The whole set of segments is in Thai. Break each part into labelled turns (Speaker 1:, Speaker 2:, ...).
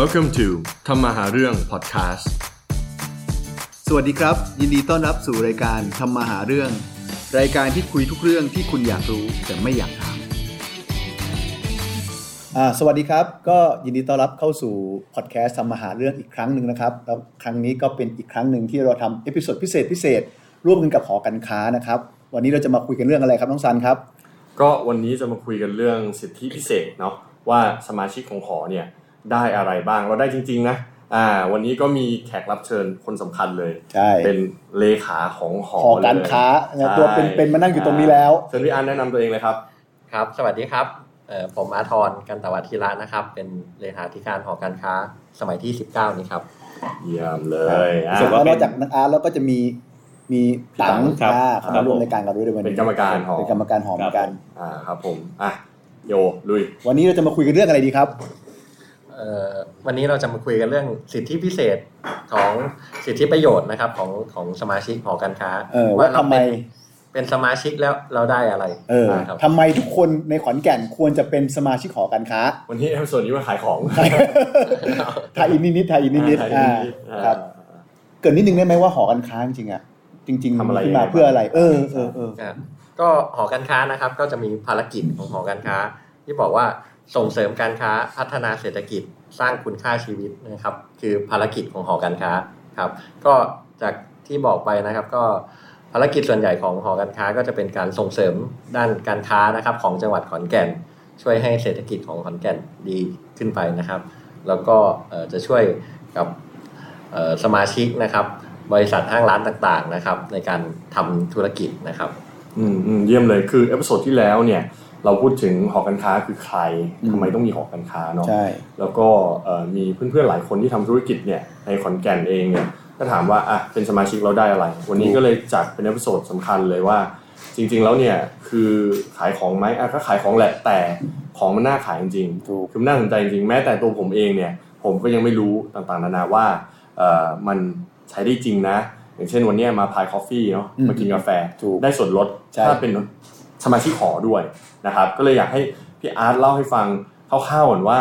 Speaker 1: Welcome to ทำมาหาเรื่อง podcast
Speaker 2: สวัสดีครับ ยินดีต้อนรับสู่รายการทำมาหาเรื่อง รายการที่คุยทุกเรื่องที่คุณอยากรู้แต่ไม่อยากถามอ่าสวัสดีครับ ก็ยินดีต้อนรับเข้าสู่พอดแคสต์ทำมาหาเรื่องอีกครั้งหนึ่งนะครับแล้วครั้งนี้ก็เป็นอีกครั้งหนึ่งที่เราทำเอพิโซดพิเศษพิเศษร่วมกันกับหอการค้านะครับ วันนี้เราจะมาคุยกันเรื่องอะไรครับน้องซันครับ
Speaker 1: ก็วันนี้จะมาคุยกันเรื่องสิทธิพิเศษเนาะว่าสมาชิกของหอเนี่ยได้อะไรบ้างเราได้จริงๆนะอ่าวันนี้ก็มีแขกรับเชิญคนสำคัญเลย
Speaker 2: ใช่
Speaker 1: เป็นเลขาของหอ
Speaker 2: หอการ
Speaker 1: เลย
Speaker 2: ค้านะ
Speaker 1: ใช่
Speaker 2: ตัวเป็นๆมานั่งอยู่ตรงนี้แล้ว
Speaker 1: เชิญพี่อันแนะนำตัวเองเลยครับ
Speaker 3: ครับ สวัสดีครับเอ่อผมอาทรกันตวัฒธีระนะครับ เป็นเลขาธิการหอการค้าสมัยที่ 19 นี้ครับ
Speaker 1: เยี่ยมเลยอ่ะ
Speaker 2: เสร็จแล้วนอกจากนักอาร์ตแล้วก็จะมีมีตัง
Speaker 4: ครับ
Speaker 2: ค่าเข้ามาร่วมในการกันด้วยด้วยวันนี้
Speaker 1: เป็นกรรมการหอ
Speaker 2: เป็นกรรมการหอเหมือนกัน
Speaker 1: อ่าครับผมอ่ะโยลุย
Speaker 2: วันนี้เราจะมาคุยกันเรื่องอะไรดีครับ
Speaker 3: เอ่อวันนี้เราจะมาคุยกันเรื่องสิทธิพิเศษของสิทธิประโยชน์นะครับของของสมาชิกหอการค้า
Speaker 2: เออว่าทำ
Speaker 3: เรา
Speaker 2: ไม
Speaker 3: เป็นเป็นสมาชิกแล้วเราได้อะไร
Speaker 2: เออ
Speaker 3: ครับ
Speaker 2: ทำไมทุกคนในขอนแก่นควรจะเป็นสมาชิกหอการ ค้า
Speaker 1: วันนี้ส่วนนี้มาขายของ
Speaker 2: ไทยอินนิดๆไทยอินนิด
Speaker 1: ขาย
Speaker 2: ๆอ่า
Speaker 1: อ่า
Speaker 2: ครับ เกิดนิดนึงได้ไหมว่าหอการค้าจริงๆอ่ะจริงๆ
Speaker 1: ทำอะไร
Speaker 2: ขึ้น
Speaker 1: ยัง
Speaker 2: มา
Speaker 1: ไง
Speaker 2: เพื่ออะไร เออเออเออ
Speaker 3: อ่ะก็หอการค้านะครับ ก็จะมีภารกิจของหอการค้า ที่บอกว่าส่งเสริมการค้าพัฒนาเศรษฐกิจสร้างคุณค่าชีวิตนะครับ คือภารกิจของหอการค้าครับ ก็จากที่บอกไปนะครับ ก็ภารกิจส่วนใหญ่ของหอการค้าก็จะเป็นการส่งเสริมด้านการค้านะครับ ของจังหวัดขอนแก่น ช่วยให้เศรษฐกิจของขอนแก่นดีขึ้นไปนะครับ แล้วก็เอ่อจะช่วยกับเอ่อสมาชิกนะครับ บริษัทห้างร้านต่างๆนะครับ ในการทำธุรกิจนะครับ
Speaker 1: อืมอืมเยี่ยมเลยคือเอพิโซดที่แล้วเนี่ย เราพูดถึงหอการค้าคือใครทำไมต้องมีหอการค้าเนาะ
Speaker 2: ใช่
Speaker 1: แล้วก็เอ่อมีเพื่อนๆหลายคนที่ทำธุรกิจเนี่ยในขอนแก่นเองเนี่ยก็ถามว่าอ่ะเป็นสมาชิกเราได้อะไร วันนี้ก็เลยจัดเป็นเอพิโซดสำคัญเลยว่า จริงๆแล้วเนี่ยคือขายของไหมอ่ะก็ขายของแหละแต่ของมันน่าขายจริงๆ
Speaker 2: ถูก
Speaker 1: คือมันน่าสนใจจริงๆแม้แต่ตัวผมเองเนี่ยผมก็ยังไม่รู้ต่างๆนานาว่าเอ่อมันใช้ได้จริงนะ อย่างเช่นวันเนี้ยมาพายคอฟฟี่เนาะ
Speaker 2: อืม
Speaker 1: มากินกาแฟ
Speaker 2: ถูก
Speaker 1: ได้ส่วนลด
Speaker 2: ใช่
Speaker 1: ถ้าเป็นสมาชิกหอด้วยนะครับ ก็เลยอยากให้พี่อาร์ตเล่าให้ฟังคร่าวๆก่อนว่า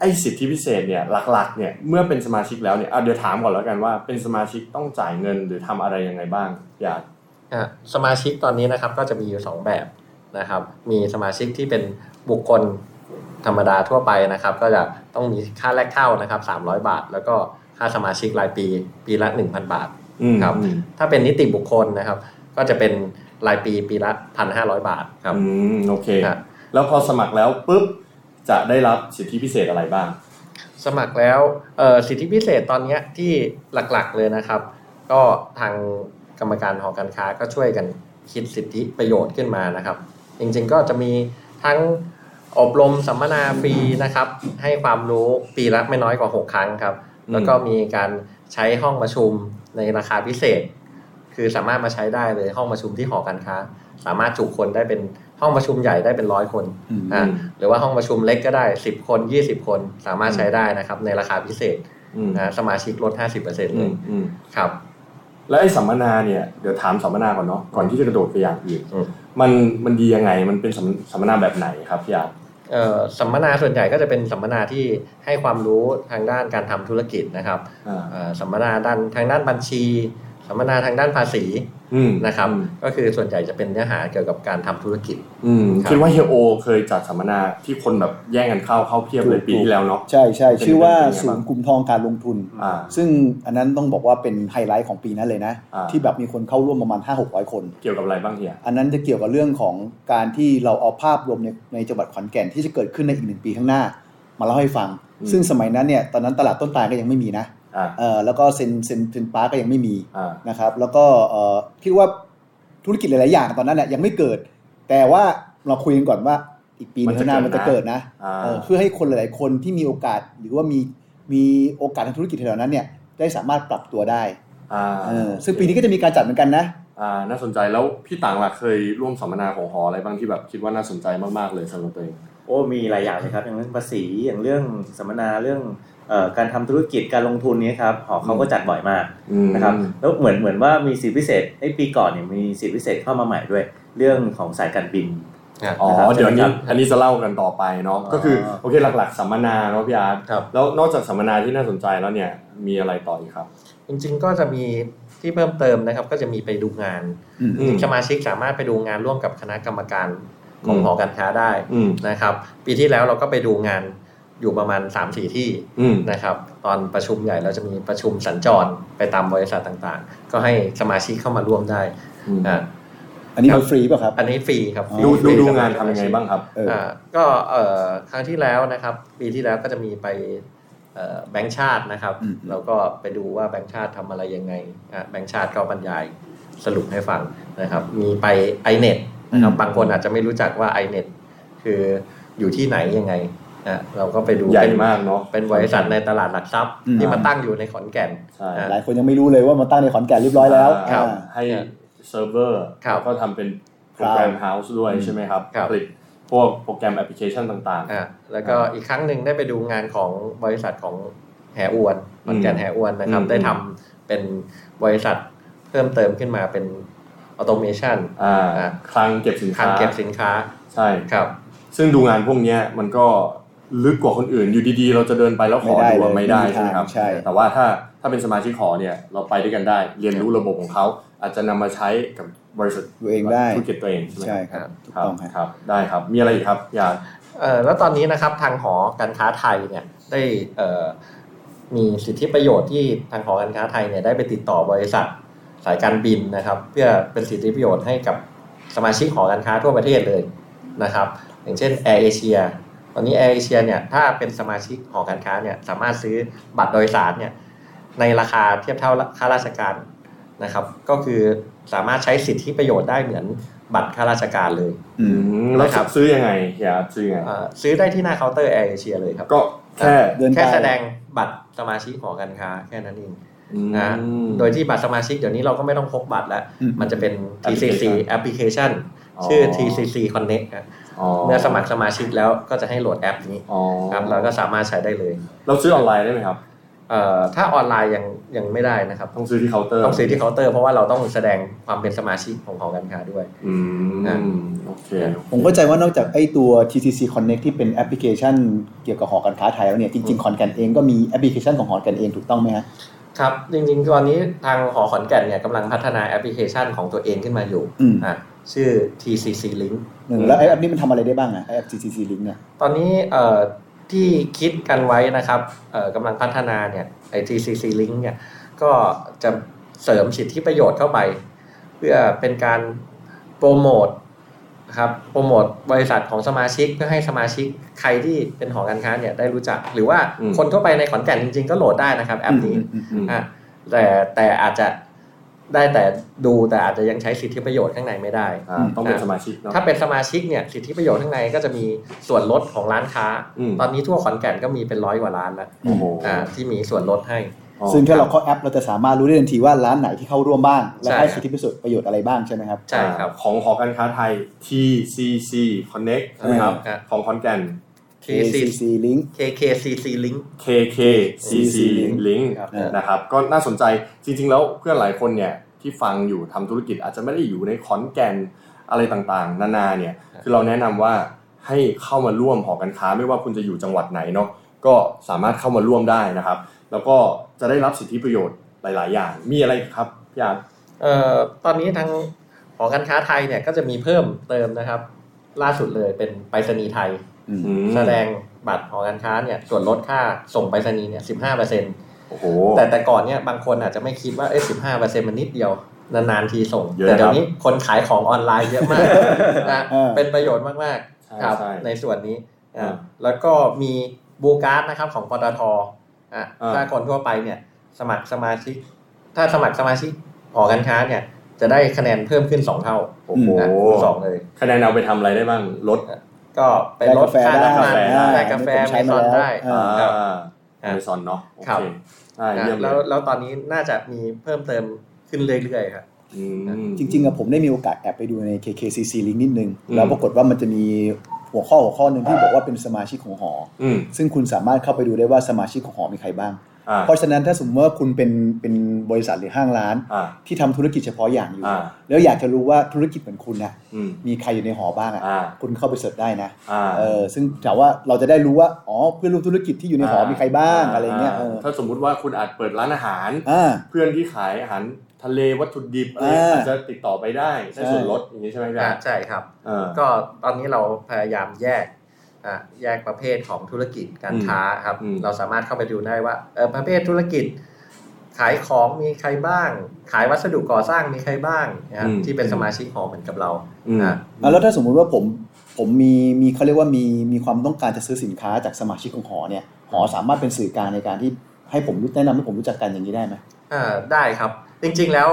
Speaker 1: ไอ้สิทธิพิเศษเนี่ยหลักๆเนี่ยเมื่อเป็นสมาชิกแล้วเนี่ยอ่ะเดี๋ยวถามก่อนแล้วกันว่าเป็นสมาชิกต้องจ่ายเงินหรือทำอะไรยังไงบ้างอยาก
Speaker 3: อ่ะสมาชิกตอนนี้นะครับก็จะมีอยู่สองแบบนะครับ มีสมาชิกที่เป็นบุคคลธรรมดาทั่วไปนะครับ ก็จะต้องมีค่าแรกเข้านะครับ 300 บาท แล้วก็ค่าสมาชิกรายปีปีละ 1,000 บาท ครับ ถ้าเป็นนิติบุคคลนะครับ ก็จะเป็นรายปีปีละ 1,500 บาทครับ
Speaker 1: อืมโอเค
Speaker 3: ครับ
Speaker 1: แล้วพอสมัครแล้วปุ๊บจะได้รับสิทธิพิเศษอะไรบ้าง
Speaker 3: สมัครแล้วเอ่อสิทธิพิเศษตอนเนี้ยที่หลักๆเลยนะครับ ก็ทางกรรมการหอการค้าก็ช่วยกันคิดสิทธิประโยชน์ขึ้นมานะครับ จริงๆก็จะมีทั้งอบรมสัมมนาฟรีนะครับ ให้ความรู้ปีละไม่น้อยกว่า 6 ครั้งครับ
Speaker 1: อืม
Speaker 3: แล้วก็มีการใช้ห้องประชุมในราคาพิเศษ คือสามารถมาใช้ได้เลยห้องประชุมที่หอการค้า สามารถจุคนได้เป็นห้องประชุมใหญ่ได้เป็นร้อยคน
Speaker 2: อืม
Speaker 3: อ่ะหรือว่าห้องประชุมเล็กก็ได้ 10 คน 20 คนสามารถใช้ได้นะครับ ในราคาพิเศษ
Speaker 1: อืม
Speaker 3: นะสมาชิกลด 50%เล
Speaker 1: อื
Speaker 3: ย
Speaker 1: มอืม
Speaker 3: ครับ
Speaker 1: แล้วไอ้สัมมนาเนี่ยเดี๋ยวถามสัมมนาก่อนเนาะก่อนที่จะกระโดดไปอย่างอื่น
Speaker 3: อืม
Speaker 1: มันมันดียังไงมันเป็นสัมสัมมนาแบบไหนครับพี่อาร์ต
Speaker 3: เอ่อสัมมนาส่วนใหญ่ก็จะเป็นสัมมนาที่ให้ความรู้ทางด้านการทำธุรกิจนะครับ
Speaker 1: อ่า
Speaker 3: เอ่อสัมมนาด้านทางด้านบัญชี สัมมนาทางด้านภาษี
Speaker 1: อืม
Speaker 3: นะครับ
Speaker 1: อืม
Speaker 3: ก็คือส่วนใหญ่จะเป็นเนื้อหาเกี่ยวกับการทำธุรกิจ
Speaker 1: อืม
Speaker 3: ครับ
Speaker 1: คิดว่าเฮโอเคยจัดสัมมนาที่คนแบบแย่งกันเข้าเข้าเพียบเลย
Speaker 2: ถูก
Speaker 1: ปีที่แล้วเนาะ
Speaker 2: ใช่ใช่
Speaker 1: เป็น
Speaker 2: ชื่อว่า
Speaker 1: เป็นยังไง
Speaker 2: ศูนย์กลุ่มทองการลงทุน
Speaker 1: อ่า
Speaker 2: ซึ่งอันนั้นต้องบอกว่าเป็นไฮไลท์ของปีนั้นเลยนะ
Speaker 1: อ่า
Speaker 2: ที่แบบมีคนเข้าร่วมประมาณ 5-600 คน
Speaker 1: เกี่ยวกับอะไรบ้างเฮีย
Speaker 2: อันนั้นจะเกี่ยวกับเรื่องของการที่เราเอาภาพรวมในในจังหวัดขอนแก่นที่จะเกิดขึ้นในอีกหนึ่งปีข้างหน้า มาเล่าให้ฟัง ซึ่งสมัยนั้นเนี่ยตอนนั้นตลาดต้นตาลก็ยังไม่มีนะ
Speaker 1: อ่า
Speaker 2: เออแล้วก็เซนเซนเซนปาร์กก็ยังไม่มี
Speaker 1: อ่า
Speaker 2: นะครับแล้วก็เอ่อคิดว่าธุรกิจหลาย ๆ อย่างตอนนั้นแหละยังไม่เกิด แต่ว่าเราคุยกันก่อนว่าอีกปีหนึ่งข้างหน้ามันจะเกิดนะ
Speaker 1: อ่า
Speaker 2: เอ่อเพื่อให้คนหลาย ๆ คนที่มีโอกาสหรือว่ามีมีโอกาสทางธุรกิจเหล่านั้นเนี่ยได้สามารถปรับตัวได้
Speaker 1: อ่า
Speaker 2: เออซึ่งปีนี้ก็จะมีการจัดเหมือนกันนะ
Speaker 1: อ่าน่าสนใจแล้วพี่ต่างหลักเคยร่วมสัมมนาของหออะไรบ้างที่แบบคิดว่าน่าสนใจมากๆเลยสำหรับตัวเอง
Speaker 4: โอ้มีหลายอย่างเลยครับอย่างเรื่องภาษีอย่างเรื่องสัมมนาเรื่องเอ่อการทำธุรกิจการลงทุนเนี้ครับหอเขาก็จัดบ่อยมาก
Speaker 1: อืม
Speaker 4: นะครับแล้วเหมือนเหมือนว่ามีสิทธิพิเศษไอ้ยปีก่อนเนี่ยมีสิทธิพิเศษเข้ามาใหม่ด้วย เรื่องของสายการบิน
Speaker 3: ครับ
Speaker 1: อ๋อ
Speaker 4: นะครับ
Speaker 1: เดี๋ยว
Speaker 4: ใช่
Speaker 1: นี้
Speaker 4: ไหมครับ
Speaker 1: อันนี้จะเล่ากันต่อไปเนาะ
Speaker 4: อ๋อ
Speaker 1: ก็คือโอเคหลักๆสัมมนาเนาะพี่อาร์ต
Speaker 3: ครับ
Speaker 1: แล้วนอกจากสัมมนาที่น่าสนใจแล้วเนี่ยมีอะไรต่ออีกครับ
Speaker 3: จริงๆก็จะมีที่เพิ่มเติมนะครับ ก็จะมีไปดูงาน
Speaker 2: อืม
Speaker 1: อืม
Speaker 3: สมาชิกสามารถไปดูงานร่วมกับคณะกรรมการของ
Speaker 1: อืม
Speaker 3: หอการค้าได้
Speaker 1: อืม
Speaker 3: นะครับ ปีที่แล้วเราก็ไปดูงานอยู่ประมาณ 3-4 ที่
Speaker 1: อืม
Speaker 3: นะครับ ตอนประชุมใหญ่เราจะมีประชุมสัญจรไปตามบริษัทต่างๆ ก็ให้สมาชิกเข้ามาร่วมได้
Speaker 1: อืม
Speaker 3: อ่ะ
Speaker 2: อันนี้มันฟรีป่ะครับ
Speaker 3: อันนี้ฟรีครับฟรี
Speaker 1: ดูดู
Speaker 3: ฟรี
Speaker 1: ดู
Speaker 3: สำห
Speaker 1: งานทำยังไงบ้างครับ
Speaker 2: เออ
Speaker 3: อ่าก็เอ่อครั้งที่แล้วนะครับ ปีที่แล้วก็จะมีไปเอ่อแบงค์ชาตินะครับ
Speaker 2: อืม
Speaker 3: แล้วก็ไปดูว่าแบงค์ชาติทำอะไรยังไงอ่ะแบงค์ชาติก็บรรยายสรุปให้ฟังนะครับ มีไป iNet นะครับบางคนอาจจะไม่รู้จักว่า iNet คืออยู่ที่ไหนยังไงอ่ะเราก็ไปดู
Speaker 1: ใหญ่
Speaker 3: เป็น
Speaker 1: มากเนาะ
Speaker 3: เป็นบริษัทในตลาดหลักทรัพย์
Speaker 2: อืม
Speaker 3: ที่มาตั้งอยู่ในขอนแก่น
Speaker 1: ใช่
Speaker 3: อ่า
Speaker 2: หลายคนยังไม่รู้เลยว่ามาตั้งในขอนแก่นเรียบร้อยแล้ว
Speaker 1: ครับ
Speaker 2: อ่า
Speaker 1: ให้เซิร์ฟเวอร์
Speaker 3: ครับ
Speaker 1: แล้วก็ทำเป็นโปรแกรมเฮาส์ด้วย
Speaker 2: อืม
Speaker 1: ใช่ไหมครับ
Speaker 3: ครับ
Speaker 1: ผลิตพวกโปรแกรมแอปพลิเคชันต่าง
Speaker 3: อ่ะแล้วก็อีกครั้งหนึ่งได้ไปดูงานของบริษัทของแหอวนขอนแก่นแหอวนนะครับ
Speaker 1: อืม
Speaker 3: ได้ทำเป็นบริษัทเพิ่มเติมขึ้นมาเป็นออโตเมชัน
Speaker 1: ๆอ่า
Speaker 3: อ่า
Speaker 1: คลังเก็บสิน
Speaker 3: คั
Speaker 1: ค้าน
Speaker 3: เก็บสินค้า
Speaker 1: ใช่
Speaker 3: ครับ
Speaker 1: ซึ่งดูงานพวกเนี้ยมันก็ลึกกว่าคนอื่นอยู่ดีๆ เราจะเดินไปแล้วขอดูอะ
Speaker 2: ไม่
Speaker 1: ไม่
Speaker 2: ได้
Speaker 1: ได้
Speaker 2: เลย
Speaker 1: ใช่ไหมครับ
Speaker 2: ใช่
Speaker 1: แต่ว่าถ้าถ้าเป็นสมาชิกหอเนี่ยเราไปด้วยกันได้ เรียนรู้ระบบของเขาอาจจะนำมาใช้กับบริษัท
Speaker 2: ตัวเองได้
Speaker 1: ธุรกิจตัวเองใช่ไหม
Speaker 2: ใช่
Speaker 1: ครับ
Speaker 2: ครับถู
Speaker 1: ค
Speaker 2: ก
Speaker 1: รับ
Speaker 2: ต้องครับ
Speaker 1: ครับได้ครับมีอะไรอีกครับอยาก
Speaker 3: เอ่อแล้วตอนนี้นะครับทางหอการค้าไทยเนี่ยได้เอ่อมีสิทธิประโยชน์ที่ทางหอการค้าไทยเนี่ยได้ไปติดต่อบริษัทสายการบินนะครับ เพื่อเป็นสิทธิประโยชน์ให้กับสมาชิกหอการค้าทั่วประเทศเลยนะครับ อย่างเช่น Air Asia ตอนนี้ Air Asia เนี่ยถ้าเป็นสมาชิกหอการค้าเนี่ยสามารถซื้อบัตรโดยสารเนี่ยในราคาเทียบเท่าค่าราชการนะครับ ก็คือสามารถใช้สิทธิประโยชน์ได้เหมือนบัตรข้าราชการเลย
Speaker 2: อื
Speaker 1: อื
Speaker 2: ม
Speaker 1: มแล้ว
Speaker 3: นะครับ
Speaker 1: ซื้อยังไงเฮียซื้อยังไง
Speaker 3: เอ่อซื้อได้ที่หน้าเคาน์เตอร์แอร์เอเชียเลยครับ
Speaker 1: ก็แค่
Speaker 2: เดินไป
Speaker 3: แค่แสดงบัตรสมาชิกหอการค้าแค่นั้นเอง อ่า
Speaker 1: อืม
Speaker 3: โดยที่บัตรสมาชิกเดี๋ยวนี้เราก็ไม่ต้องพกบัตรแล้ว
Speaker 2: อืม
Speaker 3: มันจะเป็น TCC application
Speaker 1: อ๋อ
Speaker 3: ชื่อ TCC Connect ครับเมื่อสมัครสมาชิกแล้วก็จะให้โหลดแอปนี้
Speaker 1: อ๋อ
Speaker 3: ครับเราก็สามารถใช้ได้เลย
Speaker 1: เราซื้อออนไลน์ได้ไหมครับ
Speaker 3: เอ่อถ้าออนไลน์ยังยังไม่ได้นะครับ
Speaker 1: ต้องซื้อที่เคาน์เตอร์
Speaker 3: ต้องซื้อที่เคาน์เตอร์เพราะว่าเราต้องแสดงความเป็นสมาชิกของหอการค้าด้วย
Speaker 1: อื
Speaker 3: อ่า
Speaker 1: มโอเค
Speaker 2: ผมเข้าใจว่านอกจากไอ้ตัว TCC Connect ที่เป็นแอปพลิเคชันเกี่ยวกับหอการค้าไทยแล้วเนี่ยจริงๆขอนแก่นเองก็มีแอปพลิเคชันของหอการเองถูกต้องไหมฮะ
Speaker 3: ครับ จริงๆตอนนี้ทางหอขอนแก่นเนี่ยกำลังพัฒนาแอปพลิเคชันของตัวเองขึ้นมาอยู่
Speaker 2: อืม
Speaker 3: อ่ะชื่อ TCC Link
Speaker 2: หนึ่งแล้วไอ้แอปนี้มันทำอะไรได้บ้างอะไอ้แอป TCC Link เนี่ย
Speaker 3: ตอนนี้เอ่อที่คิดกันไว้นะครับเอ่อกำลังพัฒนาเนี่ยไอ TCC Link เนี่ยก็จะเสริมสิทธิประโยชน์เข้าไป เพื่อเป็นการโปรโมทนะครับโปรโมทบริษัทของสมาชิกเพื่อให้สมาชิกใครที่เป็นหอการค้าเนี่ยได้รู้จัก หรือว่าคนทั่วไปในขอนแก่นจริงๆ ก็โหลดได้นะครับแอปนี้
Speaker 1: อืม
Speaker 3: อ่ะแต่แต่อาจจะได้แต่ดูแต่อาจจะยังใช้สิทธิประโยชน์ข้างในไม่ได้
Speaker 1: อ่าต้องเป็นสมาชิกเนาะ
Speaker 3: ถ้าเป็นสมาชิกเนี่ยสิทธิประโยชน์ข้างในก็จะมีส่วนลดของร้านค้า
Speaker 1: อืม
Speaker 3: ตอนนี้ทั่วขอนแก่นก็มีเป็นร้อยกว่าร้านแล้ว
Speaker 1: โอ้โห
Speaker 3: อ่าที่มีส่วนลดให้
Speaker 1: อ๋อ
Speaker 2: ซึ่งถ้าเราเข้าแอปเราจะสามารถรู้ได้ทันทีว่าร้านไหนที่เข้าร่วมบ้าง และ
Speaker 3: ใช่
Speaker 2: ให้
Speaker 3: ครับ
Speaker 2: สิทธิประโยชน์ประโยชน์อะไรบ้างใช่ไหมครับ
Speaker 3: ใช่ครับ
Speaker 1: ของหอการค้าไทย TCC Connect ใช่ไหมครับ
Speaker 3: ครับ
Speaker 1: ของขอนแก่น
Speaker 3: KCC
Speaker 2: TCC Link
Speaker 3: KKCC Link
Speaker 1: KKCC
Speaker 2: Link
Speaker 1: Link
Speaker 4: ครับ
Speaker 1: นะครับ ก็น่าสนใจจริง ๆ แล้วเพื่อนหลายคนเนี่ยที่ฟังอยู่ทำธุรกิจอาจจะไม่ได้อยู่ในขอนแก่นอะไรต่างๆ นานาเนี่ย คือเราแนะนำว่าให้เข้ามาร่วมหอการค้าไม่ว่าคุณจะอยู่จังหวัดไหนเนาะก็สามารถเข้ามาร่วมได้นะครับ แล้วก็จะได้รับสิทธิประโยชน์หลาย ๆ อย่างมีอะไรอีกครับพี่อาร์ต
Speaker 3: เอ่อตอนนี้ทางหอการค้าไทยเนี่ยก็จะมีเพิ่มเติมนะครับ ล่าสุดเลยเป็นไปรษณีย์ไทย
Speaker 1: อืม
Speaker 3: แสดงบัตรหอการค้าเนี่ยส่วนลดค่าส่งไปรษณีย์เนี่ยสิบห้าเปอร์เซ็นต์
Speaker 1: โอ้โห
Speaker 3: แต่แต่ก่อนเนี่ยบางคนอาจจะไม่คิดว่าเอ้สิบห้าเปอร์เซ็นต์มันนิดเดียวนานๆทีส่ง
Speaker 1: เยอะค
Speaker 3: แต่เดี๋
Speaker 1: รั
Speaker 3: ย
Speaker 1: บ
Speaker 3: วนี้คนขายของออนไลน์เยอะมากนะ
Speaker 2: เออ
Speaker 3: เป็นประโยชน์มากๆ
Speaker 1: ใช่
Speaker 3: ครับ
Speaker 1: ใช่
Speaker 3: ในส่วนนี้อ่า
Speaker 1: อ่า
Speaker 3: แล้วก็มีบูการ์ดนะครับของปตทอ่ะ
Speaker 1: อ่า
Speaker 3: ถ้าคนทั่วไปเนี่ยสมัครสมาชิก ถ้าสมัครสมาชิกหอการค้าเนี่ยจะได้คะแนนเพิ่มขึ้น 2 เท่า
Speaker 1: โอ้โห
Speaker 3: นะคูณสองเลย
Speaker 1: คะแนนเอาไปทำอะไรได้บ้างลด
Speaker 3: ก็ไปลดค่าน้ำมัน
Speaker 1: ได้กาแฟได้
Speaker 2: ผม
Speaker 3: ได้กาแฟ
Speaker 2: ใช้
Speaker 3: ไม่ซ
Speaker 2: มา
Speaker 3: อน
Speaker 2: แล้ว
Speaker 3: ได้
Speaker 2: อ่า
Speaker 3: ครับ
Speaker 1: อเมซอนเนาะโอ
Speaker 3: ครั
Speaker 1: เค
Speaker 3: บ
Speaker 1: ได้
Speaker 3: นะ
Speaker 1: เยี่ยมเล
Speaker 3: แล้ว
Speaker 1: ย
Speaker 3: แล้วตอนนี้น่าจะมีเพิ่มเติมขึ้นเรื่อยๆครับ
Speaker 1: อืม
Speaker 2: จริงๆอะผมได้มีโอกาสแอบไปดูใน KKCC Link นิดนึง
Speaker 1: อืม
Speaker 2: แล้วปรากฏว่ามันจะมี หัวข้อหัวข้อหนึ่งที่บอกว่าเป็นสมาชิกของหอ
Speaker 1: อืม
Speaker 2: ซึ่งคุณสามารถเข้าไปดูได้ว่าสมาชิกของหอมีใครบ้าง
Speaker 1: อ่า
Speaker 2: เพราะฉะนั้นถ้าสมมติว่าคุณเป็นเป็นบริษัทหรือห้างร้าน
Speaker 1: อ่า
Speaker 2: ที่ทำธุรกิจเฉพาะอย่างอยู่
Speaker 1: อ่า
Speaker 2: แล้วอยากจะรู้ว่าธุรกิจเหมือนคุณนะ
Speaker 1: อืม
Speaker 2: มีใครอยู่ในหอบ้างอ่ะ
Speaker 1: อ่า
Speaker 2: คุณเข้าไปเสิร์ชได้นะ
Speaker 1: อ่า
Speaker 2: เออซึ่งแต่ว่าเราจะได้รู้ว่าอ๋อเพื่อนร่วมธุรกิจที่อยู่ในหอมีใครบ้างอะไรเงี้ยเออ
Speaker 1: ถ้าสมมุติว่าคุณอาจเปิดร้านอาหาร
Speaker 2: อ่า
Speaker 1: เพื่อนที่ขายอาหารทะเลวัตถุดิบอะไร
Speaker 2: อ่า
Speaker 1: อาจจะติดต่อไปได้ได้ส่วน
Speaker 2: ใช่
Speaker 1: ลดอย่างนี้ใช่ไหมค
Speaker 3: อ่า
Speaker 1: รับ
Speaker 3: ใช่ครับ
Speaker 1: เออ
Speaker 3: ก็ตอนนี้เราพยายามแยกอ่ะแยกประเภทของธุรกิจการค้าครับ
Speaker 1: อืม
Speaker 3: เราสามารถเข้าไปดูได้ว่าเออประเภทธุรกิจ ขายของมีใครบ้าง ขายวัสดุก่อสร้างมีใครบ้างนะครับที่เป็นสมาชิกหอเหมือนกับเรา
Speaker 1: อืม
Speaker 3: อ่ะ
Speaker 2: อ่ะแล้วถ้าสมมุติว่าผมผมมีมีเขาเรียกว่ามีมีความต้องการจะซื้อสินค้าจากสมาชิกของหอเนี่ยหอสามารถเป็นสื่อกลางในการที่ให้ผมรู้แนะนำให้ผมรู้จักกันอย่างนี้ได้ไหม
Speaker 3: อ่าได้ครับ จริงๆแล้ว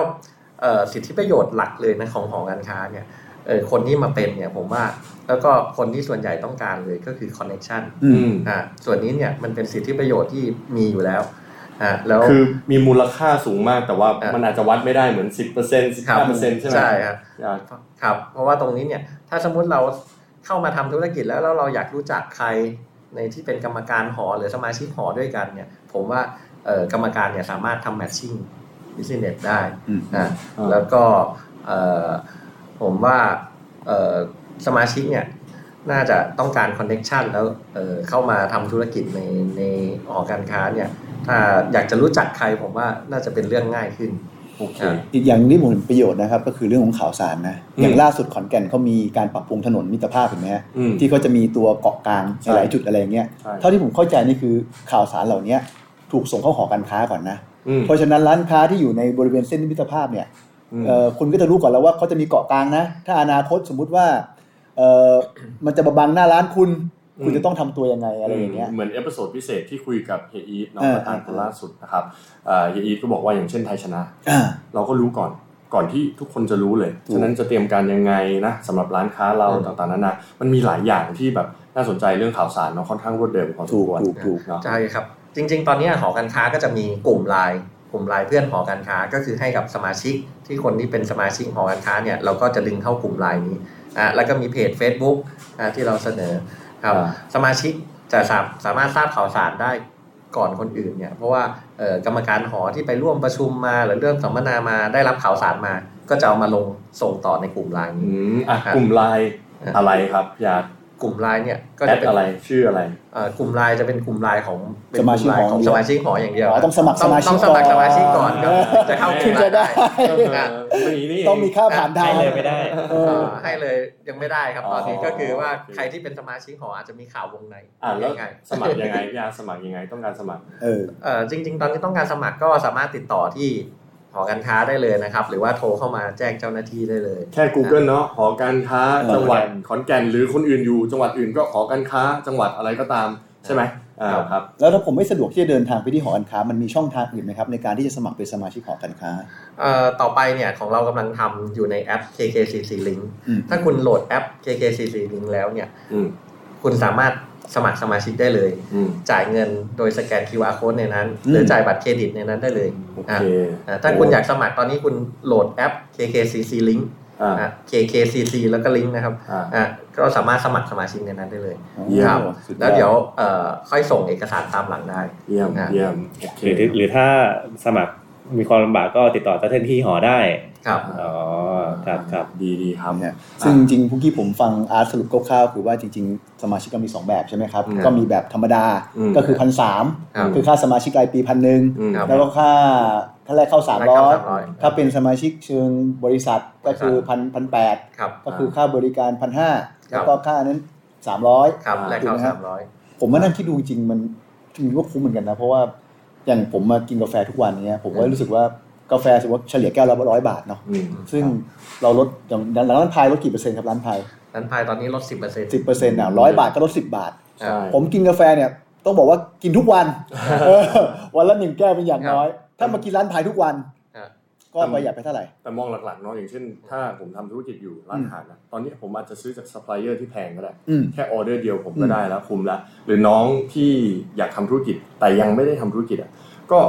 Speaker 3: เอ่อสิทธิประโยชน์หลักเลยนะของหอการค้าเนี่ยเอ่อคนที่มาเป็นเนี่ยผมว่า แล้วก็คนที่ส่วนใหญ่ต้องการเลยก็คือคอนเน t ชัน
Speaker 2: อืม
Speaker 1: อืม
Speaker 3: อ่ะส่วนนี้เนี่ยมันเป็นสิทธิประโยชน์ที่มีอยู่แล้วอ่ะแล้ว
Speaker 1: คือมีมูลค่าสูงมากแต่ว่า
Speaker 3: อ่ะ
Speaker 1: มันอาจจะวัดไม่ได้เหมือน 10% 15%ใช่ไหม
Speaker 3: ใช่ครับ
Speaker 1: อ่า
Speaker 3: ครับ เพราะว่าตรงนี้เนี่ย ถ้าสมมุติเราเข้ามาทำธุรกิจแล้วแล้วเราอยากรู้จักใครในที่เป็นกรรมการหอหรือสมาชิกหอด้วยกันเนี่ย ผมว่าเอ่อกรรมการเนี่ยสามารถทำแมทชิ่งบิสเนสได้
Speaker 2: อืม
Speaker 3: นะ
Speaker 1: อ่า
Speaker 3: แล้วก็เอ่อผมว่าเอ่อสมาชิกเนี่ยน่าจะต้องการคอนเน็ชันแล้วเอ่อเข้ามาทำธุรกิจในในหอการค้าเนี่ย ถ้าอยากจะรู้จักใครผมว่าน่าจะเป็นเรื่องง่ายขึ้น
Speaker 1: โอเค
Speaker 3: อ่ะ
Speaker 2: อีกอย่างหนึ่งที่ผมเห็นประโยชน์นะครับก็คือเรื่องของข่าวสารนะ
Speaker 1: อืม
Speaker 2: อย่างล่าสุดขอนแก่นเขามีการปรับปรุงถนนมิตรภาพเห็นไหมฮะ
Speaker 1: อืม
Speaker 2: ที่เขาจะมีตัวเกาะกลางในหลายจุดอะไรอย่างเงี้ย
Speaker 1: ใช่
Speaker 2: เท่าที่ผมเข้าใจนี่คือข่าวสารเหล่านี้ถูกส่งเข้าหอการค้าก่อนนะ
Speaker 1: อืม
Speaker 2: เพราะฉะนั้นร้านค้าที่อยู่ในบริเวณเส้นมิตรภาพเนี่ย
Speaker 1: อืม
Speaker 2: เอ่อคุณก็จะรู้ก่อนแล้วว่าเขาจะมีเกาะกลางนะ ถ้าอนาคตสมมุติว่าเอ่อมันจะมาบังหน้าร้านคุณ
Speaker 1: อืม
Speaker 2: คุณจะต้องทำตัวยังไงอะไรอย่างเงี้ย
Speaker 1: มเหมือนเอพิโซดพิเศษที่คุยกับเฮียอีทเน้อง
Speaker 2: เออ
Speaker 1: ประธานคน
Speaker 2: เออ
Speaker 1: ล่าสุดนะครับเอ่อเฮียอีทก็บอกว่าอย่างเช่นไทยชนะ
Speaker 2: อ่า
Speaker 1: เราก็รู้ก่อนก่อนที่ทุกคนจะรู้เลย
Speaker 2: ถูก
Speaker 1: ฉะนั้นจะเตรียมการยังไงนะสำหรับร้านค้าเรา
Speaker 3: อืม
Speaker 1: ต่างๆนานา มันมีหลายอย่างที่แบบน่าสนใจเรื่องข่าวสารเนาะค่อนข้างรวดเร็วพอส
Speaker 2: ถู
Speaker 1: ม
Speaker 2: ก
Speaker 1: ควร
Speaker 2: ถูกถูก
Speaker 1: เนาะ
Speaker 3: ใช่ครับ จริงๆ ตอนนี้หอการค้าก็จะมีกลุ่มไลน์กลุ่มไลน์เพื่อนหอการค้าก็คือให้กับสมาชิกที่คนที่เป็นสมาชิกหอการค้าเนี่ยเราก็จะดึงเข้ากลุ่มไลน์นี้อ่ะแล้วก็มีเพจ Facebook อ่ะที่เราเสนอครับ
Speaker 1: อ่า
Speaker 3: สมาชิกจะสามสามารถทราบข่าวสารได้ก่อนคนอื่นเนี่ยเพราะว่าเอ่อกรรมการหอที่ไปร่วมประชุมมา หรือเรื่องสัมมนามาได้รับข่าวสารมา ก็จะเอามาลงส่งต่อในกลุ่มไลน์
Speaker 1: อื
Speaker 3: นี้
Speaker 1: มอ่ะ
Speaker 3: ครับ
Speaker 1: กลุ่มไลน์
Speaker 3: ครับ
Speaker 1: อะไรครับอยาก
Speaker 3: กลุ่มไลน์เนี่ยก็
Speaker 1: แอ
Speaker 3: จะ
Speaker 1: ด
Speaker 3: เป็น
Speaker 1: อะไรชื่ออะไร
Speaker 3: เอ่อกลุ่มไลน์จะเป็นกลุ่มไลน์ของเป็น
Speaker 2: สมาก ชิ
Speaker 3: ลุ่
Speaker 2: ก
Speaker 3: มไล
Speaker 2: ห
Speaker 3: น์
Speaker 2: อ
Speaker 3: ของสมาชิกหออย่างเดียว
Speaker 2: อ๋อต้องสมัครสมาชิก
Speaker 3: ต้องสมัครสมาชิกก่อนครับ
Speaker 1: จะเข้า
Speaker 2: ถึงจะได้
Speaker 1: เออเป็นย่างนี้นี่เ
Speaker 2: ต้องมีค่าผ่านทาง
Speaker 4: ให้เลยไม่ได้
Speaker 2: เอ
Speaker 3: เอ่
Speaker 2: อ
Speaker 3: อให้เลยยังไม่ได้ครับตอนนี้
Speaker 1: อ๋อ
Speaker 3: ก็คือว่าใครที่เป็นสมาชิกหออาจจะมีข่าววงใน
Speaker 1: อ่ะแล้ว
Speaker 3: ยังไง
Speaker 1: สมัครยังไงพี่อาสมัครยังไงต้องการสมัคร
Speaker 2: เออ
Speaker 3: เอ่อจริง ๆ ตอนนี้ต้องการสมัครก็สามารถติดต่อที่หอการค้าได้เลยนะครับ หรือว่าโทรเข้ามาแจ้งเจ้าหน้าที่ได้เลย
Speaker 1: แค่ Google เนาะหอการค้า
Speaker 2: เออ
Speaker 1: จังหวัดขอนแก่นหรือคนอื่นอยู่ จังหวัดอื่นก็หอการค้าจังหวัดอะไรก็ตามใช่ไหมอ่า
Speaker 3: ครับ
Speaker 1: ครับ
Speaker 2: แล้วถ้าผมไม่สะดวกที่จะเดินทางไปที่หอการค้า มันมีช่องทางอื่นไหมครับ ในการที่จะสมัครเป็นสมาชิกหอการค้า
Speaker 3: เอ่อต่อไปเนี่ยของเรากำลังทำอยู่ในแอป KKCC Link
Speaker 2: อืม
Speaker 3: ถ้าคุณโหลดแอป KKCC Link แล้วเนี่ย
Speaker 1: อืม
Speaker 3: คุณสามารถสมัครสมาชิกได้เลย
Speaker 1: อืม
Speaker 3: จ่ายเงินโดยสแกน QR code ในนั้น
Speaker 2: อืม
Speaker 3: หรือจ่ายบัตรเครดิตในนั้นได้เลย
Speaker 1: โอ
Speaker 3: อ่ะ
Speaker 1: เค
Speaker 3: อ่าถ้าคุณอยากสมัครตอนนี้คุณโหลดแอป KKCC Link
Speaker 1: อ่า
Speaker 3: อ่า KKCC แล้วก็ลิงก์นะครับ
Speaker 1: อ่า
Speaker 3: อ่าก็สามารถสมัครสมาชิกในนั้นได้เลย
Speaker 1: เยี่ยม
Speaker 3: ครับ
Speaker 2: สุอ
Speaker 3: แล้วเดี๋ยวเอ่อค่อยส่งเอกสารตามหลังได้
Speaker 1: เยี่ยม
Speaker 3: อ่ะ
Speaker 1: เยี่ยมโอเค
Speaker 4: หรือหรือถ้าสมัครมีความลำบากก็ติดต่อเจ้าหน้าที่หอได้
Speaker 3: ครับ
Speaker 4: อ๋อ ครับครับ
Speaker 1: ดีดีครับ
Speaker 2: เนี่ยซึ่งจริงๆพวกกี้ผมฟังอาร์ตสรุปคร่าวๆคือว่าจริงๆ สมาชิกก็มี 2 แบบใช่ไหมครับ
Speaker 1: อืม
Speaker 2: ก็มีแบบธรรมดา
Speaker 1: อืม
Speaker 2: ก็คือพันสาม
Speaker 3: ครับ
Speaker 2: คือค่าสมาชิกรายปีพันหนึ่ง
Speaker 1: อืม
Speaker 2: แล้วก็ค่าค่าแรกเข้าสาม
Speaker 3: แร
Speaker 2: ร้
Speaker 3: กเข้า
Speaker 2: อย
Speaker 3: สามร้อย
Speaker 2: ถ้าเป็นสมาชิกเชิงบริษัทก็คือพันพันแปด
Speaker 3: ครับ
Speaker 2: ก็คือค่าบริการพันห้าแล้วก็ค่านั้นสามร้อย
Speaker 3: ครับแรก
Speaker 2: ถูก
Speaker 3: เข้า
Speaker 2: ไหมครับ
Speaker 3: สามร้อย
Speaker 2: ผมมานั่งคิดดูจริงๆมันจริงๆว่าคุ้มเหมือนกันนะ เพราะว่าอย่างผมมากินกาแฟทุกวันเนี้ยผมก็รู้สึกว่ากาแฟสมมติว่าเฉลี่ยแก้วละร้อยบาทเนาะ
Speaker 1: อืม
Speaker 2: ซึ่งเราลดอย่างร้านพายลดกี่เปอร์เซ็นต์ครับร้านพาย
Speaker 3: นั้นภายตอนนี้ลดสิบเปอร์เซ็นต์
Speaker 2: สิบเปอร์เซ็นต์อ่ะร้อยบาทก็ลดสิบบาท
Speaker 1: ใช่
Speaker 2: ผมกินกาแฟเนี่ยต้องบอกว่ากินทุกวัน เออวันละหนึ่งแก้วเป็นอย่างน้อย ถ้ามากินร้านพายทุกวัน
Speaker 3: ครับ
Speaker 2: ก็ประหยัดไปเท่าไหร่
Speaker 1: แต่มองหลักๆเนาะอย่างเช่น ถ้าผมทำธุรกิจอยู่ร้านอาหารนะตอนนี้ผมอาจจะซื้อจากซัพพลายเออร์ที่แพงก็ได้
Speaker 2: อืม
Speaker 1: แค่ออเดอร์เดียวผม
Speaker 2: อื
Speaker 1: ก็
Speaker 2: ม
Speaker 1: ได้แล้วคุ้มละหรือน้องที่อยากทำธุรกิจแต่ยังไม่ได้ทำธุรกิจอ่ะก็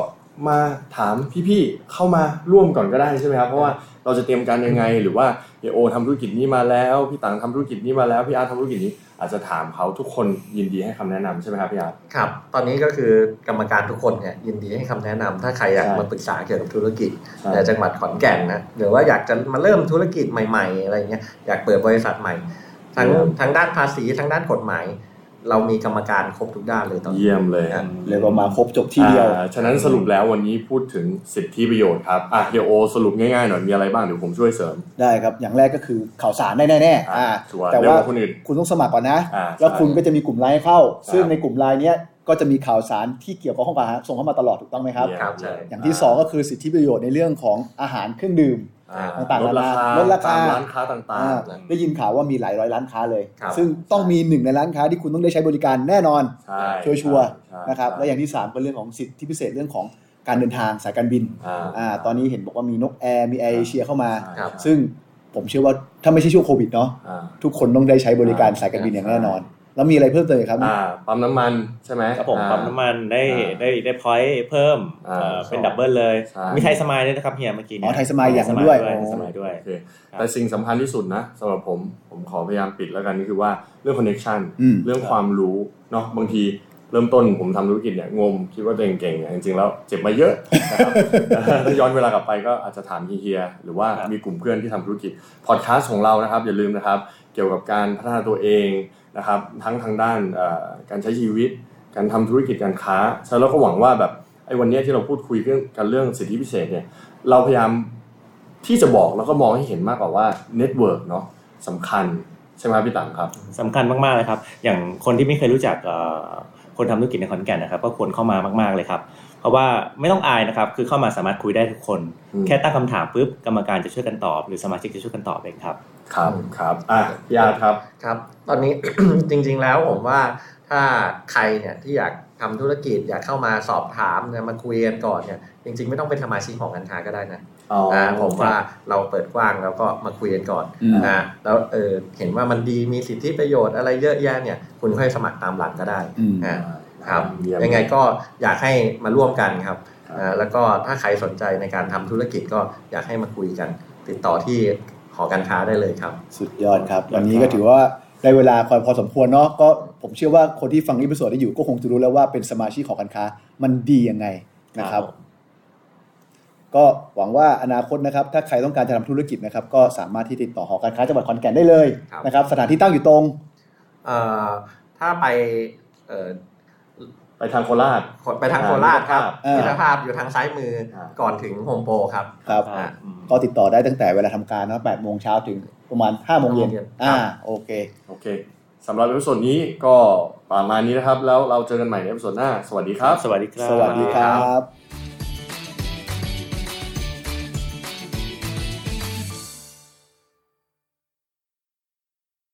Speaker 1: มาถามพี่ๆเข้ามาร่วมก่อนก็ได้ใช่ไหมครับเพราะว่าเราจะเตรียมการยังไง หรือว่าเฮียโอทำธุรกิจนี้มาแล้วพี่ตังทำธุรกิจนี้มาแล้วพี่อาร์ตทำธุรกิจนี้อาจจะถามเขาทุกคนยินดีให้คำแนะนำใช่ไหมครับพี่อาร์ต
Speaker 3: ครับตอนนี้ก็คือกรรมการทุกคนเนี่ยยินดีให้คำแนะนำถ้าใครอยาก
Speaker 1: ใช่
Speaker 3: มาปรึกษาเกี่ยวกับธุรกิจ
Speaker 1: ใช่
Speaker 3: ในจังหวัดขอนแก่นนะหรือว่าอยากจะมาเริ่มธุรกิจใหม่ๆอะไรเงี้ยอยากเปิดบริษัทใหม่ทั้งทั้งด้านภาษีทั้งด้านกฎหมาย เรามีกรรมการครบทุกด้านเลยตอนนี้
Speaker 1: เยี่ยมเลย
Speaker 3: ครับ
Speaker 2: เรียกว่ามาครบจบที่เดียว
Speaker 1: อ่าฉะนั้นสรุปแล้ววันนี้พูดถึงสิทธิประโยชน์ครับอ่ะเฮียโอสรุปง่ายๆหน่อยมีอะไรบ้างเดี๋ยวผมช่วยเสริม
Speaker 2: ได้ครับ อย่างแรกก็คือข่าวสารได้แน่ๆอ่า
Speaker 1: ส่วน
Speaker 2: แต่
Speaker 1: เรื่องข
Speaker 2: ว่า
Speaker 1: องคนอื่น
Speaker 2: คุณต้องสมัครก่อนนะ
Speaker 1: อ่า
Speaker 2: แล้วคุณ
Speaker 1: ใช่
Speaker 2: ก็จะมีกลุ่มไลน์เข้า
Speaker 1: ครับ
Speaker 2: ซึ่งในกลุ่มไลน์เนี้ยก็จะมีข่าวสารที่เกี่ยวกับข้องปาหารส่งเข้ามาตลอดถูกต้องไหมครับ
Speaker 1: เยี่ยม
Speaker 3: ครับใช่
Speaker 2: อย่างที่สองก็คือสิทธิประโยชน์ในเรื่องของอาหารเครื่องดื่ม
Speaker 1: อ่
Speaker 2: ต่างๆ
Speaker 1: ลดราคา
Speaker 2: ลดราคา
Speaker 1: ตมร้านค้าต่าง
Speaker 2: อ่า
Speaker 1: ๆนะ
Speaker 2: ได้ยินข่าวว่ามีหลายร้อยร้านค้าเลย
Speaker 3: ครับ
Speaker 2: ซึ่งต้องมีหนึ่งในร้านค้าที่คุณต้องได้ใช้บริการแน่นอน
Speaker 1: ใช่
Speaker 2: ชัวร์ๆ
Speaker 1: ใช่
Speaker 2: นะครับ และอย่างที่สามก็เรื่องของสิทธิพิเศษเรื่องของการเดินทางสายการบิน
Speaker 1: อ่า
Speaker 2: อ่าตอนนี้เห็นบอกว่ามีนกแอร์มีแอร์เอเชียเข้ามา
Speaker 3: ครับ
Speaker 2: ซึ่งผมเชื่อว่าถ้าไม่ใช่ช่วงโควิดเนาะ
Speaker 1: อ่า
Speaker 2: ทุกคนต้องได้ใช้บริการสายการบินอย่างแน่นอน แล้วมีอะไรเพิ่มเติมอีกครับ
Speaker 1: อ่าปั๊มน้ำมันใช่ไหม
Speaker 4: ครับผม
Speaker 1: อ่า
Speaker 4: ปั๊มน้ำมันได้
Speaker 1: อ่า
Speaker 4: ได้ได้พอยต์เพิ่ม
Speaker 1: อ่า
Speaker 4: เอ่อเป็น
Speaker 1: ใช่
Speaker 4: ดับเบิลเลย
Speaker 1: ใช่
Speaker 4: มีไทยสมายด้วยนะครับเฮียเมื่อกี้เนี่
Speaker 2: อ๋อไทยสมายอย่างนั้นด้วย
Speaker 4: ไทยสมายด้วย
Speaker 1: โอเคแต่สิ่งสำคัญที่สุดนะสำหรับผมผมขอพยายามปิดแล้วกันก็คือว่าเรื่องคอนเน็ชัน
Speaker 2: อืม
Speaker 1: เรื่องความรู้เนาะบางทีเริ่มต้นผมทำธุรกิจเนี่ยงม คิดว่าตัวเองเก่งเนี่ยจริงๆแล้วเจ็บมาเยอะนะครับ ถ้าย้อนเวลากลับไปก็อาจจะถามเฮียๆหรือว่า
Speaker 4: ครับ
Speaker 1: มีกลุ่มเพื่อนที่ทำธุรกิจพอดแคสต์ของเรานะครับ อย่าลืมนะครับ เกี่ยวกับการพัฒนาตัวเองนะครับทั้งทางด้านเอ่อการใช้ชีวิต การทำธุรกิจการค้าใช่แล้วก็หวังว่าแบบไอ้วันเนี้ยที่เราพูดคุยเรื่องกันเรื่องสิทธิพิเศษเนี่ยเราพยายามที่จะบอกแล้วก็มองให้เห็นมากกว่าว่าเน็ตเวิร์กเนาะสำคัญใช่ไหมครับพี่ตังครับ
Speaker 4: สำคัญมาก ๆ เลยครับ อย่างคนที่ไม่เคยรู้จักเอ่อคนทำธุรกิจในขอนแก่นนะครับ ก็ควรเข้ามามาก ๆ เลยครับ เพราะว่าไม่ต้องอายนะครับ คือเข้ามาสามารถคุยได้ทุกคน
Speaker 1: อืม
Speaker 4: แค่ตั้งคำถามปุ๊บกรรมการจะช่วยกันตอบ หรือสมาชิกจะช่วยกันตอบเองครับ
Speaker 1: ครับครับอ่ะพี่อาร์ตครับ
Speaker 3: ครับตอนนี้ จริงๆแล้วผมว่าถ้าใครเนี่ยที่อยากทำธุรกิจอยากเข้ามาสอบถามเนี่ยมาคุยกันก่อนเนี่ยจริงๆไม่ต้องเป็นสมาชิกหอการค้าก็ได้นะ
Speaker 1: อ๋อ
Speaker 3: อ่าผมว่าเราเปิดกว้างแล้วก็มาคุยกันก่อน
Speaker 2: อืม
Speaker 3: นะแล้วเออเห็นว่ามันดีมีสิทธิประโยชน์อะไรเยอะแยะเนี่ยคุณค่อยสมัครตามหลังก็ได้
Speaker 2: อืม
Speaker 3: อ่า ค
Speaker 1: ค
Speaker 3: รั
Speaker 1: รั
Speaker 3: บบ
Speaker 1: เม
Speaker 3: ยังไงก็อยากให้มาร่วมกันครับ
Speaker 1: ครับ
Speaker 3: อ่าแล้วก็ถ้าใครสนใจในการทำธุรกิจก็อยากให้มาคุยกัน ติดต่อที่หอการค้าได้เลยครับ
Speaker 2: สุดยอดครับ วันนี้ก็ถือว่าได้เวลาพอพอสมควรเนาะก็ผมเชื่อว่าคนที่ฟังอีพิโซดนี้อยู่ก็คงจะรู้แล้วว่าเป็นสมาชิกของการค้ามันดียังไงนะครับ ก็หวังว่าอนาคตนะครับ ถ้าใครต้องการจะทำธุรกิจนะครับ ก็สามารถที่ติดต่อหอการค้าจังหวัดขอนแก่นได้เลย
Speaker 3: ครับ
Speaker 2: นะครับ สถานที่ตั้งอยู่ตรง
Speaker 3: เอ่อถ้าไปเอ่อ
Speaker 1: ไปทางโคราช
Speaker 3: ไปทางโคราชครับ
Speaker 2: อ่า
Speaker 3: มิตรภาพอยู่ทางซ้ายมืออา ก่อนถึงโฮมโปรครับ
Speaker 2: ครับ
Speaker 3: อ่า
Speaker 2: ก็ติดต่อได้ตั้งแต่เวลาทำการนะ8โมงเช้าถึงประมาณ5โมงเย็น
Speaker 3: ห้าโมงเย็น
Speaker 2: อ่าโอเค
Speaker 1: โอเคสำหรับเอพิโซดนี้ก็ประมาณนี้นะครับ แล้วเราเจอกันใหม่ในเอพิโซดหน้า สวัสดีครับ
Speaker 4: สวัสดีครับ
Speaker 2: สวัสดีครับ